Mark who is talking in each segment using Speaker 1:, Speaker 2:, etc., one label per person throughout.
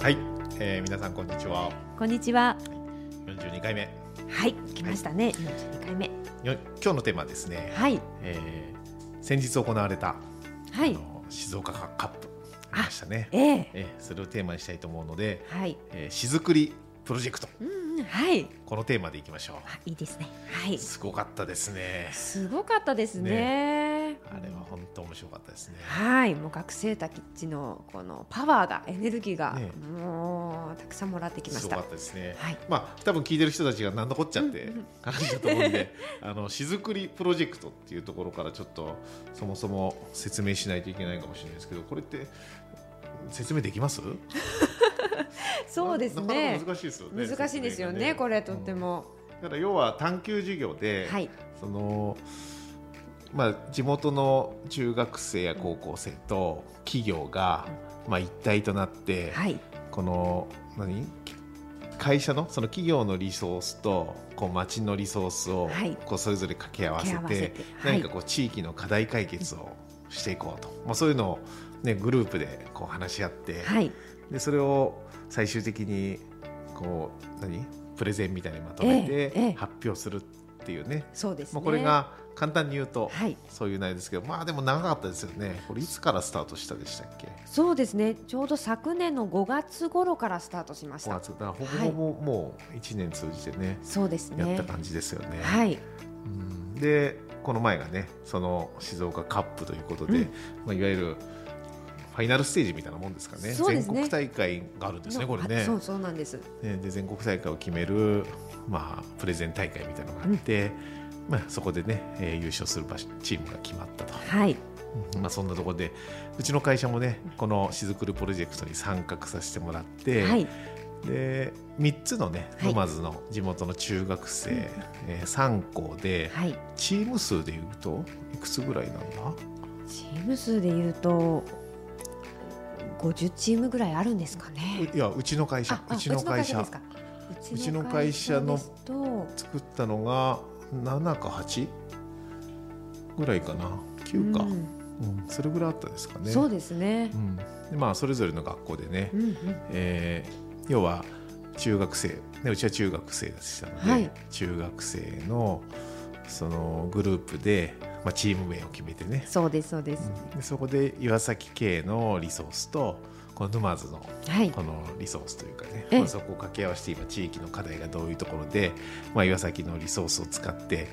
Speaker 1: はい、えー、皆さんこんにちは
Speaker 2: こんにちは
Speaker 1: 42回目
Speaker 2: はい来ましたね42回目
Speaker 1: よ今日のテーマはですね、
Speaker 2: はい
Speaker 1: えー先日行われた、
Speaker 2: は
Speaker 1: あ
Speaker 2: い
Speaker 1: の静岡カップありましたね
Speaker 2: ええ
Speaker 1: えーそれをテーマにしたいと思うので、
Speaker 2: はい
Speaker 1: えー、しづくりプロジェクト
Speaker 2: うんうんはい
Speaker 1: このテーマでいきましょ
Speaker 2: あいいですねはい。
Speaker 1: うすごかったですね
Speaker 2: すごかったですね。
Speaker 1: あれは本当面白かったですね
Speaker 2: はい、もう学生たちのこのパワーがエネルギーが、
Speaker 1: ね
Speaker 2: もうたくさんもらってきますし
Speaker 1: ご
Speaker 2: た。
Speaker 1: かっ
Speaker 2: は
Speaker 1: たですね、
Speaker 2: い、
Speaker 1: まあ多分聞いてる人たちが何のこっちゃって
Speaker 2: うんうん
Speaker 1: 話だと思うんで あのしづくりプロジェクトっていうところからちょっとそもそも説明しないといけないかもしれないですけどこれって説明できます
Speaker 2: そうです
Speaker 1: なか
Speaker 2: ね
Speaker 1: なか。難しいですよね
Speaker 2: 難しいですよね、
Speaker 1: 説明が
Speaker 2: これとっても。
Speaker 1: うんだから要は探究授業で、
Speaker 2: はい、
Speaker 1: そのまあ、地元の中学生や高校生と企業が、まあ、一体となって、
Speaker 2: はい、
Speaker 1: この何会社のその企業のリソースとこう町のリソースを
Speaker 2: はい
Speaker 1: こうそれぞれ掛け合わせて,、
Speaker 2: 掛け合わせてはい
Speaker 1: 何かこう地域の課題解決をしていこうと、まあ、そういうのを、ね、グループでこう話し合って、
Speaker 2: はい、
Speaker 1: でそれを最終的にこう何プレゼンみたいにまと
Speaker 2: え
Speaker 1: め
Speaker 2: えええ
Speaker 1: て発表するっていうね、
Speaker 2: そうですね。
Speaker 1: まあ、これが簡単に言うと、
Speaker 2: はい、
Speaker 1: そういう内容ですけどまあでも長かったですよねこれいつからスタートしたでしたっけ
Speaker 2: そうですね。ちょうど昨年の5月頃からスタートしま
Speaker 1: 5
Speaker 2: した。
Speaker 1: 月だからほぼほぼもう1年通じてね、
Speaker 2: そうです
Speaker 1: やっ
Speaker 2: ね
Speaker 1: た。感じですよね。
Speaker 2: はい、
Speaker 1: うんでこの前がねその静岡カップということで、
Speaker 2: うん
Speaker 1: まあ、いわゆるファイナルステージみたいなもんですかね
Speaker 2: そうで
Speaker 1: 全
Speaker 2: すね
Speaker 1: 国大会があるんですね
Speaker 2: の
Speaker 1: これ
Speaker 2: あ
Speaker 1: ね
Speaker 2: そう、そうなんです。
Speaker 1: ねで全国大会を決める、まあ、プレゼン大会みたいなのがあって、まあ、そこでね、えー優勝する場所チームが決まったと、
Speaker 2: はい、
Speaker 1: うんまあ、そんなところでうちの会社もねこのしずくるプロジェクトに参画させてもらって、
Speaker 2: はい、
Speaker 1: で3つのね
Speaker 2: はい
Speaker 1: 沼津の地元の中学生、えー3校で
Speaker 2: はい。
Speaker 1: チーム数でいうといくつぐらいなんだ
Speaker 2: チーム数で言うと50チームぐらいあるんですかね。
Speaker 1: いやうちの会社
Speaker 2: ああ
Speaker 1: うちの会
Speaker 2: う
Speaker 1: 社
Speaker 2: ですか
Speaker 1: うちの会社の
Speaker 2: ですと
Speaker 1: 作ったのが7か8ぐらいかな9か、う
Speaker 2: うんん
Speaker 1: それぐらいあったですかね。
Speaker 2: そうですね
Speaker 1: う。んでまあ、それぞれの学校でね、
Speaker 2: うんうん
Speaker 1: えー要は中学生でうちは中学生でしたので、
Speaker 2: はい
Speaker 1: 中学生のそのグループで、まあ、チーム名を決めてね、
Speaker 2: そうですそうです。
Speaker 1: でそこで岩崎系のリソースとこの沼津の
Speaker 2: はい
Speaker 1: このリソースというかね、
Speaker 2: ええ
Speaker 1: まあそこを掛け合わせて今地域の課題がどういうところで、まあ、岩崎のリソースを使って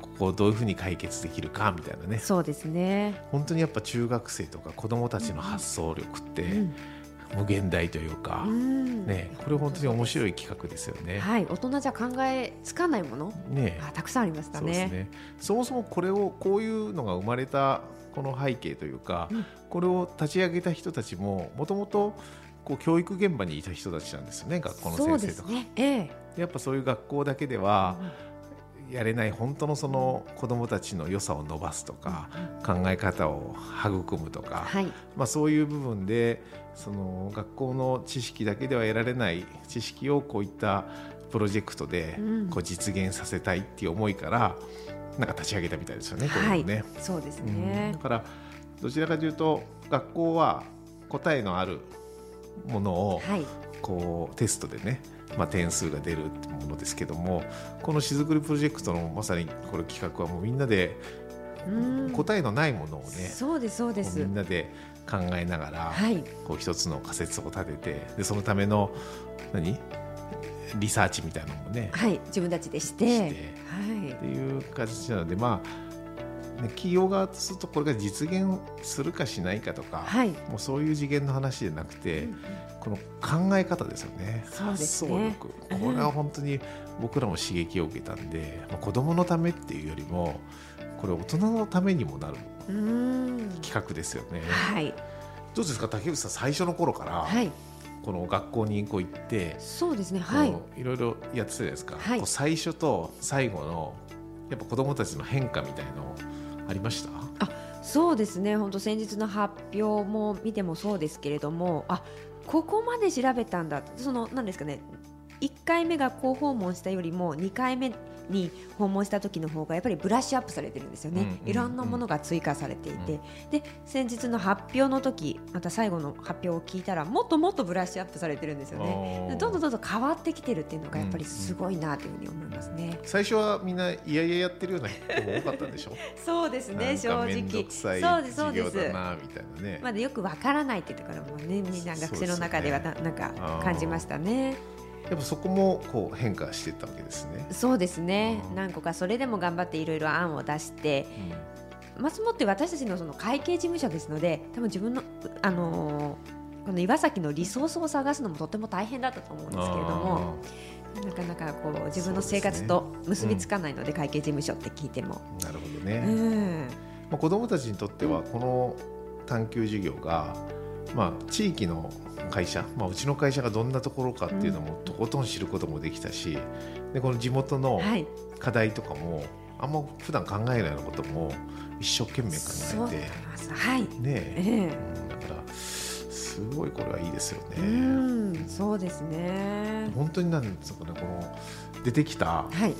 Speaker 1: ここをどういうふうに解決できるかみたいなね
Speaker 2: そうですね。
Speaker 1: 本当にやっぱ中学生とか子どもたちの発想力って
Speaker 2: うん
Speaker 1: 無限大というか、
Speaker 2: うん
Speaker 1: ね、これ本当に面白い企画ですよね。
Speaker 2: はい大人じゃ考えつかないもの
Speaker 1: ね
Speaker 2: がたくさんありました
Speaker 1: そうです
Speaker 2: ね。
Speaker 1: ねそもそもこれをこういうのが生まれたこの背景というか、
Speaker 2: うん
Speaker 1: これを立ち上げた人たちももともとこう教育現場にいた人たちなんですよね学校の
Speaker 2: そう
Speaker 1: 先生
Speaker 2: で
Speaker 1: と
Speaker 2: す
Speaker 1: か、
Speaker 2: ね。ええ。
Speaker 1: やっぱそういう学校だけではやれない本当のその子どもたちの良さを伸ばすとか、考え方を育むとか、
Speaker 2: はい
Speaker 1: まあ、そういう部分でその学校の知識だけでは得られない知識をこういったプロジェクトで
Speaker 2: うん
Speaker 1: こう実現させたいっていう思いからなんか立ち上げたみたいですよね、こ
Speaker 2: は
Speaker 1: れ
Speaker 2: い
Speaker 1: もね。
Speaker 2: そうです
Speaker 1: うん
Speaker 2: ね
Speaker 1: だ。からどちらかというと学校は答えのあるものを
Speaker 2: はい
Speaker 1: こうテストでね、まあ、点数が出るってものですけどもこのしずくりプロジェクトのまさにこれ企画はもうみんなで
Speaker 2: うん
Speaker 1: 答えのないものをね、
Speaker 2: そうですそうで
Speaker 1: こうみ
Speaker 2: す
Speaker 1: ん。なで考えながら、
Speaker 2: はい
Speaker 1: こう一つの仮説を立ててでそのための何リサーチみたいなのもね、
Speaker 2: はい自分たちでし
Speaker 1: して
Speaker 2: て
Speaker 1: っ
Speaker 2: はい。
Speaker 1: ていう形なのでまあね企業側とするとこれが実現するかしないかとか、
Speaker 2: はい。
Speaker 1: もうそういう次元の話じゃなくて、この考え方ですよね
Speaker 2: そうですね
Speaker 1: 発想力これは本当に僕らも刺激を受けたんで、まあ子どものためっていうよりもこれ大人のためにもなる
Speaker 2: うーん。
Speaker 1: 企画ですよね。
Speaker 2: はい。
Speaker 1: どうですか竹内さん最初の頃から、
Speaker 2: はい。
Speaker 1: この学校にこう行って、
Speaker 2: そうですねはい
Speaker 1: こういろいろやってたじゃないですか、
Speaker 2: はい
Speaker 1: こう最初と最後のやっぱ子どもたちの変化みたいのありました
Speaker 2: そうですね本当先日の発表も見てもそうですけれどもあここまで調べたんだその何ですかね1回目学校訪問したよりも2回目に訪問した時の方がやっぱりブラッシュアップされてるんですよね、
Speaker 1: うんうんうん
Speaker 2: いろんなものが追加されていて、で先日の発表の時また最後の発表を聞いたらもっともっとブラッシュアップされてるんですよね
Speaker 1: あー
Speaker 2: どんどんどんどん変わってきてるっていうのがやっぱりすごいなというふうに思いますね。
Speaker 1: 最初はみんないやいややってるような子も多かったんでしょ
Speaker 2: そうです
Speaker 1: なん
Speaker 2: ね正
Speaker 1: か面
Speaker 2: 直
Speaker 1: 倒くさい
Speaker 2: そうですそう
Speaker 1: 授
Speaker 2: で
Speaker 1: 業
Speaker 2: す
Speaker 1: だなみたいなね、
Speaker 2: まだよくわからないってところもねみんな学生の中ではな,、なんか
Speaker 1: あー
Speaker 2: 感じましたね
Speaker 1: やっぱそこもこう変化していったわけですね、
Speaker 2: そうですね
Speaker 1: うん
Speaker 2: 何個かそれでも頑張っていろいろ案を出して松本って私たちのその会計事務所ですので多分自分のあのーこの岩崎のリソースを探すのもとても大変だったと思うんですけれどもなかなかこう自分の生活と結びつかないので会計事務所って聞いても、
Speaker 1: あーなるほど
Speaker 2: う
Speaker 1: ね、
Speaker 2: ん、
Speaker 1: まあ、子どもたちにとってはこの探究授業が、まあ、地域の会社、まあ、うちの会社がどんなところかっていうのもとことん知ることもできたしでこの地元の
Speaker 2: はい
Speaker 1: 課題とかもあんま普段考えないようなことも一生懸命
Speaker 2: そう
Speaker 1: 考
Speaker 2: 思い
Speaker 1: え
Speaker 2: ますはい、
Speaker 1: てね
Speaker 2: ええ
Speaker 1: え、うんだからすごいこれはいいですよ
Speaker 2: う
Speaker 1: ね。
Speaker 2: んそうですね
Speaker 1: 本当になんですかねこの出てきた
Speaker 2: はい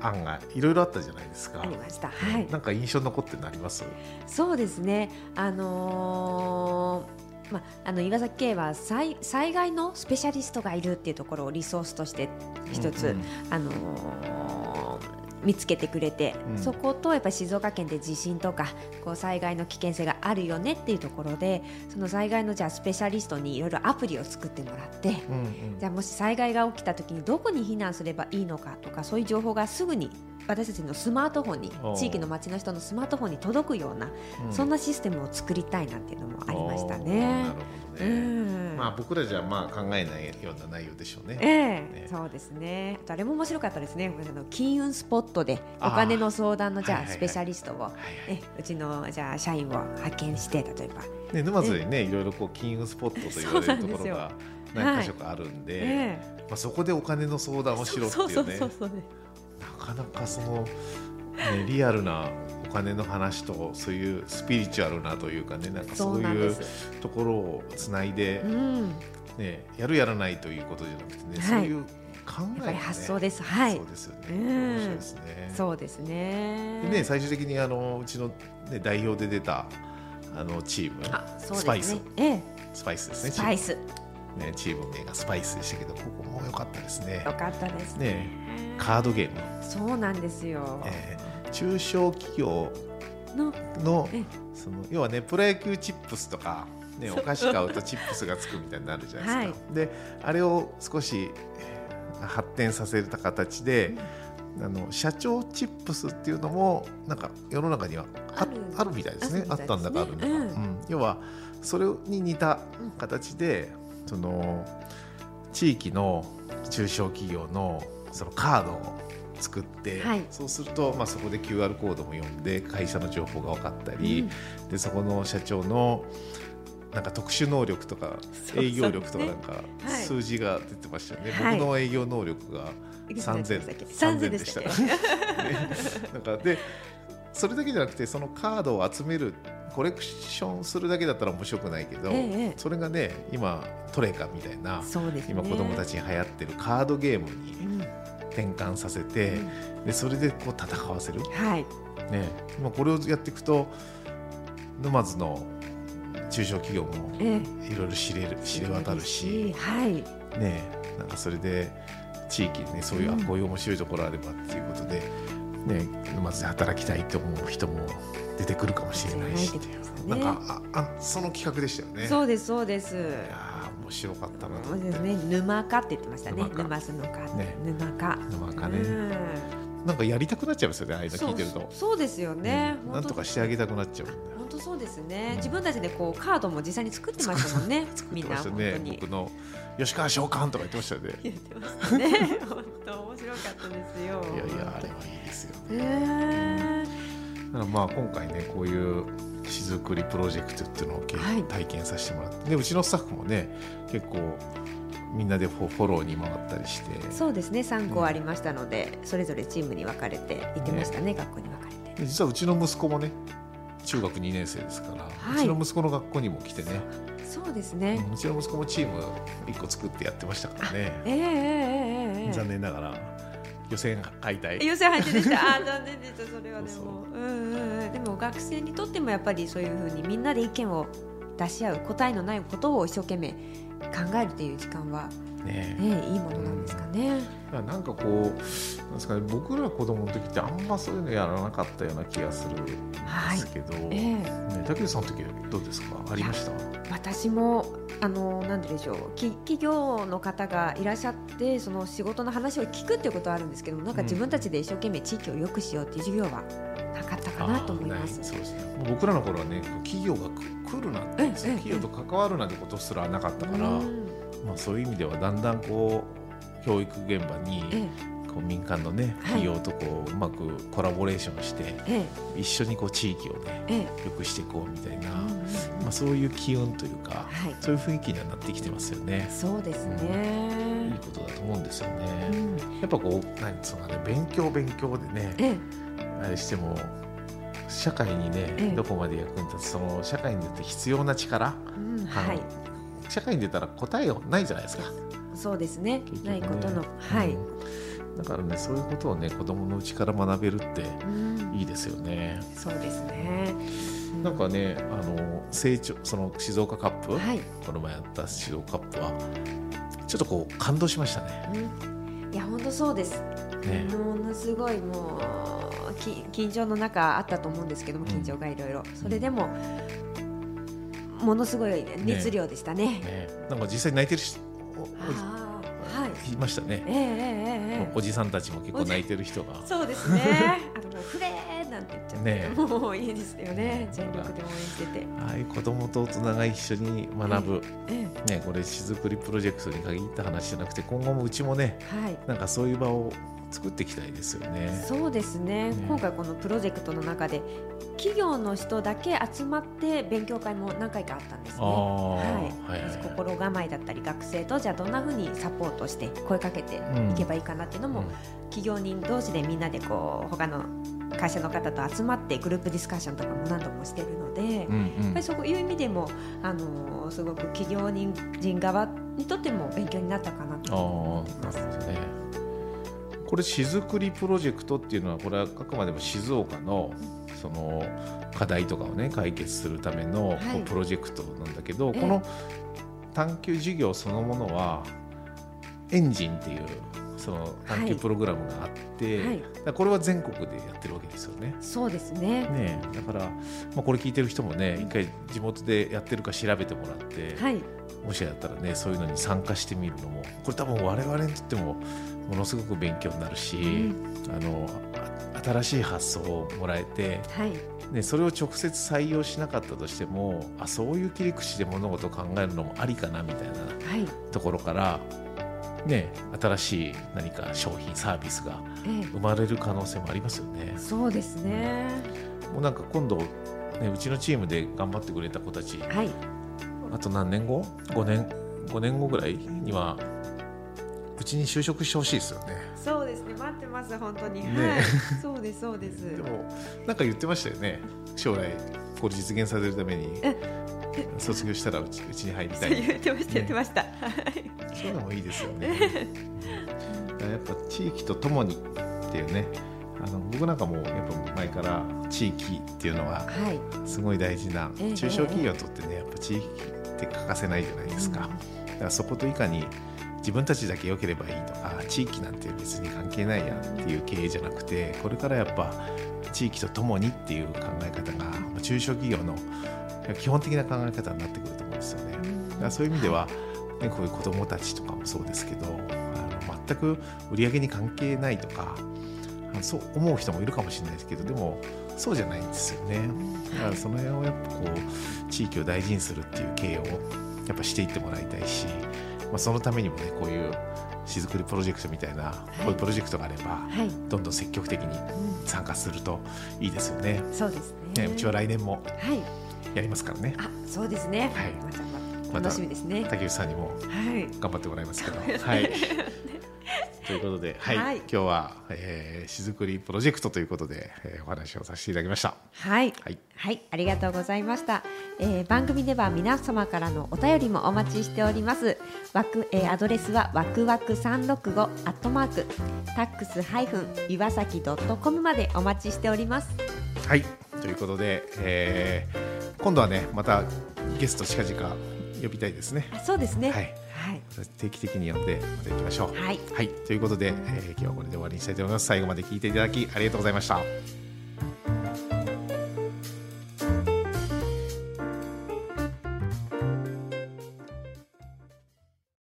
Speaker 1: 案がいろいろあったじゃないですか
Speaker 2: あ。りましたはい
Speaker 1: なんか印象に残ってなります。
Speaker 2: そうですね、あのーまあ、あの岩崎系は災災害のスペシャリストがいるっていうところをリソースとして一つ、
Speaker 1: うん
Speaker 2: あのー見つけてくれて、
Speaker 1: うん
Speaker 2: そことやっぱり静岡県で地震とかこう災害の危険性があるよねっていうところでその災害のじゃあスペシャリストにいろいろアプリを作ってもらって。
Speaker 1: うんうん
Speaker 2: じゃあもし災害が起きた時にどこに避難すればいいのかとかそういう情報がすぐに私たちのスマートフォンに
Speaker 1: おう
Speaker 2: 地域の町の人のスマートフォンに届くような
Speaker 1: うん
Speaker 2: そんなシステムを作りたいなんていうのもありました
Speaker 1: なる
Speaker 2: ね。
Speaker 1: ほ
Speaker 2: う
Speaker 1: どね。
Speaker 2: ん
Speaker 1: まあ僕らじゃまあ考えないような内容でしょうね。
Speaker 2: ええ
Speaker 1: ね
Speaker 2: そうですね。あとあれも面白かったですね。あの金運スポットでお
Speaker 1: あー
Speaker 2: 金の相談のじ
Speaker 1: は
Speaker 2: ゃ
Speaker 1: い
Speaker 2: あ
Speaker 1: はいはい
Speaker 2: スペシャリストを
Speaker 1: はいはい
Speaker 2: えうちのじゃあ社員を派遣して例えば
Speaker 1: ね沼津にねいろいろこう金融スポットと言われるところが
Speaker 2: そうなん
Speaker 1: 何
Speaker 2: で
Speaker 1: 箇
Speaker 2: すよ
Speaker 1: 所かあるんで、
Speaker 2: え
Speaker 1: まあそこでお金の相談をしろって
Speaker 2: そう
Speaker 1: い
Speaker 2: そうう
Speaker 1: ね
Speaker 2: そうそう
Speaker 1: なかなかその、ね、リアルなお金の話とそういうスピリチュアルなというかねなんか
Speaker 2: そ
Speaker 1: そうう
Speaker 2: なん
Speaker 1: い
Speaker 2: で
Speaker 1: う
Speaker 2: す。
Speaker 1: ところをつないで
Speaker 2: う、ん、
Speaker 1: ね、やるやらないということじゃなくてね、
Speaker 2: はい
Speaker 1: そういう考
Speaker 2: や
Speaker 1: え
Speaker 2: っ
Speaker 1: が
Speaker 2: ぱ
Speaker 1: ね
Speaker 2: り発想です。はい
Speaker 1: そう。ですよね、
Speaker 2: うん
Speaker 1: 面白いですね。
Speaker 2: そうですね。
Speaker 1: でね、最終的にあのうちの、ね、代表で出たあのチーム
Speaker 2: あ、そうですね。
Speaker 1: スパイス
Speaker 2: ええ、
Speaker 1: スパイスですね
Speaker 2: スパイス。
Speaker 1: チームねチーム名がスパイスでしたけどここも良かったですね
Speaker 2: よかったですね。
Speaker 1: ねカードゲーム、
Speaker 2: そうなんですよ。
Speaker 1: えー中小企業
Speaker 2: の
Speaker 1: の
Speaker 2: ええ
Speaker 1: その要はねプロ野球チップスとか、ね、
Speaker 2: そう
Speaker 1: お菓子買うとチップスがつくみたいになるじゃないですか、であれを少しえー発展させた形で、あの社長チップスっていうのもなんか世の中にはあ
Speaker 2: あ
Speaker 1: あ
Speaker 2: る
Speaker 1: るみたいですねあ
Speaker 2: あるみ
Speaker 1: ったたん
Speaker 2: いです
Speaker 1: だ
Speaker 2: ね
Speaker 1: かあるんだか、う
Speaker 2: う
Speaker 1: んん要はそれに似た形で、その地域の中小企業のそのカードを作って、
Speaker 2: はい
Speaker 1: そうすると、まあ、そこで QR コードも読んで会社の情報が分かったり、でそこの社長のなんか特殊能力とか
Speaker 2: そう
Speaker 1: 営業力とか
Speaker 2: そ
Speaker 1: な
Speaker 2: うん
Speaker 1: か
Speaker 2: はい
Speaker 1: 数字が出てましたよね、
Speaker 2: はい
Speaker 1: 僕の営業能力が
Speaker 2: 三千
Speaker 1: 3000 3000
Speaker 2: 三千で
Speaker 1: で
Speaker 2: し
Speaker 1: したた
Speaker 2: っ
Speaker 1: ね
Speaker 2: け。
Speaker 1: なんかでそれだけじゃなくてそのカードを集めるコレクションするだけだったら面白くないけど、
Speaker 2: ええ
Speaker 1: それがね今トレカみたい な
Speaker 2: そうですね。
Speaker 1: 今子供た
Speaker 2: ち。
Speaker 1: ちに流行ってるカードゲーム
Speaker 2: う
Speaker 1: に
Speaker 2: ん、
Speaker 1: 転換させて、でそれでこう戦わせる、
Speaker 2: はい。
Speaker 1: ね、今これをやっていくと沼津の中小企業も
Speaker 2: ええ
Speaker 1: いろいろ知れる知れ渡るし、
Speaker 2: はい。
Speaker 1: ね、なんかそれで地域にねそういう、
Speaker 2: うん
Speaker 1: あこういう面白いところあればっていうことで、ね、沼津で働きたいと思う人も出てくるかもしれないし、
Speaker 2: 知らないってことですね
Speaker 1: なんかああその企画でしたよね。
Speaker 2: そうですそうです。
Speaker 1: いやー面白かったなと
Speaker 2: そ
Speaker 1: 思
Speaker 2: う
Speaker 1: っ
Speaker 2: で
Speaker 1: て、
Speaker 2: すね。沼かって言ってましたね。
Speaker 1: 沼か
Speaker 2: 沼津のか。
Speaker 1: ね
Speaker 2: 沼か。
Speaker 1: 沼かね
Speaker 2: うん
Speaker 1: なんかやりたくなっちゃいますよねああいうの
Speaker 2: そ
Speaker 1: 聞
Speaker 2: う
Speaker 1: いてると。
Speaker 2: そうですよね。
Speaker 1: うんなんとかしてあげたくなっちゃうんだよ
Speaker 2: 本当。本当そうですね
Speaker 1: う。ん
Speaker 2: 自分たちでこうカードも実際に作ってましたもん ね。みんな
Speaker 1: 言って
Speaker 2: 本当
Speaker 1: ましたね
Speaker 2: に。
Speaker 1: 僕の吉川召喚とか言ってましたよね。
Speaker 2: 言ってましたね。本当面白かったですよ。
Speaker 1: いやいやあれはいいですよね。
Speaker 2: えー
Speaker 1: だからまあ今回ねこういう詩作りプロジェクトっていうのをけ、
Speaker 2: はい
Speaker 1: 体験させてもらってでうちのスタッフもね結構みんなでフォフォローに回ったりして
Speaker 2: そうですね3校ありましたので、それぞれチームに分かれて行ってましたね学校に分かれて。
Speaker 1: で実はうちの息子もね中学2年生ですから、
Speaker 2: はいう
Speaker 1: ちの息子の学校にも来てね
Speaker 2: そうですね、
Speaker 1: うんうちの息子もチーム1個作ってやってましたからね
Speaker 2: ええええええええ
Speaker 1: 残念ながら予選敗退
Speaker 2: 予選敗退でした。あー残念でした。それはで
Speaker 1: そう
Speaker 2: も、うんうんうん。でも学生にとってもやっぱりそういうふうにみんなで意見を出し合う答えのないことを一生懸命考えるっていう時間は
Speaker 1: ね
Speaker 2: ねいいものなんですかね。
Speaker 1: だからなんかこうなんですか、ね、僕ら子供の時ってあんまそういうのやらなかったような気がするんですけど、
Speaker 2: え
Speaker 1: ね、
Speaker 2: え
Speaker 1: 竹内さんの時はどうですかありました
Speaker 2: 私もあのなんででしょう。き企業の方がいらっしゃってその仕事の話を聞くっていうことはあるんですけども、なんか
Speaker 1: うん
Speaker 2: 自分たちで一生懸命地域を良くしようっていう授業はなかったかなと思いま
Speaker 1: あ
Speaker 2: す
Speaker 1: ーな。そうですねもう僕らの頃はね企業が来るなんて、
Speaker 2: ええ
Speaker 1: その企業と関わるなんてことすらなかったから、
Speaker 2: うん
Speaker 1: まあ、そういう意味ではだんだんこう教育現場に
Speaker 2: ええ
Speaker 1: こう民間のね
Speaker 2: はい
Speaker 1: 企業とこううまくコラボレーションして
Speaker 2: ええ
Speaker 1: 一緒にこう地域をね
Speaker 2: ええ。
Speaker 1: 良くしていこうみたいな、
Speaker 2: うんうんうん
Speaker 1: まあ、そういう機運というか、
Speaker 2: はい。
Speaker 1: そういう雰囲気にはなってきてますよね。
Speaker 2: そうですね。
Speaker 1: いいことだと思うんですよ
Speaker 2: う
Speaker 1: ね。
Speaker 2: ん、
Speaker 1: やっぱこう何そのね勉強勉強でね
Speaker 2: ええ、
Speaker 1: あれしても社会に
Speaker 2: え
Speaker 1: ね
Speaker 2: え
Speaker 1: どこまで役に立つその社会に出て必要な力、
Speaker 2: うん、はい、
Speaker 1: あの社会に出たら答えがないじゃないですか。
Speaker 2: そうですね。
Speaker 1: 結局
Speaker 2: な
Speaker 1: ね
Speaker 2: いことの、はい、
Speaker 1: うんだからねそういうことをね子供のうちから学べるって
Speaker 2: うん、
Speaker 1: いいですよね。
Speaker 2: そうですね。
Speaker 1: なんかねあの成長その静岡カップ、
Speaker 2: はい、
Speaker 1: この前やった静岡カップはちょっとこう感動しましたね。
Speaker 2: うん、いや本当そうです。
Speaker 1: ね
Speaker 2: ものすごいもうき緊張の中あったと思うんですけども、
Speaker 1: うん
Speaker 2: 緊張がいろいろ。それでもものすごい熱量でしたね。
Speaker 1: ねなんか実際泣いてる人
Speaker 2: ああ、はい。
Speaker 1: いましたね
Speaker 2: え。ええええええ
Speaker 1: おじさんたちも結構泣いてる人が。
Speaker 2: そうですね。 あのもうフレーなんて言っちゃって、
Speaker 1: ね
Speaker 2: もういいですよね
Speaker 1: ね。
Speaker 2: 全力で応援してて。
Speaker 1: ああいう子供と大人が一緒に学ぶ、
Speaker 2: え
Speaker 1: ね、これしずくりプロジェクトに限った話じゃなくて今後もうちもね
Speaker 2: え、はい。
Speaker 1: なんかそういう場を作っていきたいですよね。
Speaker 2: そうですね
Speaker 1: ね
Speaker 2: 今回このプロジェクトの中で企業の人だけ集まって勉強会も何回かあったんですね。
Speaker 1: ああ
Speaker 2: はい
Speaker 1: はいはいはい
Speaker 2: 心構えだったり学生とじゃあどんなふうにサポートして声かけていけばいいかなっていうのも、
Speaker 1: うん
Speaker 2: 企業人同士でみんなでこう他の会社の方と集まってグループディスカッションとかも何度もしてるので、やっ
Speaker 1: うんうん
Speaker 2: ぱりそういう意味でも、あのーすごく企業人人側にとっても勉強になったかな
Speaker 1: ああ
Speaker 2: と思い
Speaker 1: な
Speaker 2: ま
Speaker 1: る
Speaker 2: す。
Speaker 1: ほどね。これしずくりプロジェクトっていうのはこれはあくまでも静岡のその課題とかをね解決するためのこう
Speaker 2: はい
Speaker 1: プロジェクトなんだけど、
Speaker 2: ええ
Speaker 1: この探究事業そのものはエンジンっていうその探
Speaker 2: はい
Speaker 1: 究プログラムがあって、
Speaker 2: はい
Speaker 1: だからこれは全国でやってるわけですよね。
Speaker 2: そうですね。
Speaker 1: ねえだから、まあ、これ聞いてる人もね一回地元でやってるか調べてもらって、
Speaker 2: はい。
Speaker 1: もしやったらねそういうのに参加してみるのもこれ多分我々にとってもものすごく勉強になるし、あのあ新しい発想をもらえて、
Speaker 2: はい。
Speaker 1: ね、それを直接採用しなかったとしてもあそういう切り口で物事を考えるのもありかなみたいな
Speaker 2: はい。
Speaker 1: ところから、ね、新しい何か商品サービスが
Speaker 2: ええ
Speaker 1: 生まれる可能性もありますよね。
Speaker 2: そうですね。
Speaker 1: もうなんか今度、ね、うちのチームで頑張ってくれた子たち
Speaker 2: はい。
Speaker 1: あと何年後 ?5 年、5年後ぐらいには、うちに就職してほしいですよね。
Speaker 2: そうですね。待ってます。本当に。
Speaker 1: ねえ
Speaker 2: はい。そうです。そうです。
Speaker 1: でも、なんか言ってましたよね。将来、これ実現させるために
Speaker 2: え、
Speaker 1: 卒業したらうちうちに入りた
Speaker 2: そう
Speaker 1: い。
Speaker 2: 言ってました。
Speaker 1: ね
Speaker 2: 言ってました。はい。
Speaker 1: そういうのもいいですよね。だからやっぱ地域とともにっていうね、あの僕なんかもやっぱ前から地域っていうのは
Speaker 2: はい。
Speaker 1: すごい大事な
Speaker 2: ええ
Speaker 1: 中小企業にとってねやっぱ地域って欠かせないじゃないですか,、だからそこといかに自分たちだけ良ければいいとか地域なんて別に関係ないやっていう経営じゃなくてこれからやっぱ地域とともにっていう考え方がまあ中小企業の基本的な考え方になってくると思うんですよね。だからそういう意味では、ね、こういう子どもたちとかもそうですけどあの全く売り上げに関係ないとかあのそう思う人もいるかもしれないですけどでもそうじゃないんですよね。だからその辺をやっぱこう地域を大事にするっていう経営をやっぱしていってもらいたいし、まあ、そのためにもねこういうしずくりプロジェクトみたいなこういうプロジェクトがあれば
Speaker 2: はい、
Speaker 1: どんどん積極的に参加するといいですよね。
Speaker 2: そうです
Speaker 1: ね
Speaker 2: ね。
Speaker 1: うちは来年も
Speaker 2: はい、
Speaker 1: やりますからね
Speaker 2: あ、そうですね。
Speaker 1: はい
Speaker 2: また
Speaker 1: また
Speaker 2: 楽しみですね。
Speaker 1: 竹内さんにも
Speaker 2: はい、
Speaker 1: 頑張ってもらいますけど。
Speaker 2: そうですね
Speaker 1: はい、ということで、はい
Speaker 2: はい
Speaker 1: 今日は、えー、しずくりプロジェクトということで、えーお話をさせていただきました。
Speaker 2: はい。
Speaker 1: はい、
Speaker 2: はい、ありがとうございました、えー番組では皆様からのお便りもお待ちしておりますわく、えーアドレスはわくわく365アットマークタックスハイフン岩崎ドットコムまでお待ちしております
Speaker 1: はい、ということで、えー今度はねまたゲスト近々呼びたいですね。
Speaker 2: あそうですね
Speaker 1: はい、
Speaker 2: はい、
Speaker 1: 定期的に呼んでまた行きましょう。
Speaker 2: はい
Speaker 1: はい、ということで、えー今日はこれで終わりにしたいと思います。最後まで聞いていただきありがとうございました。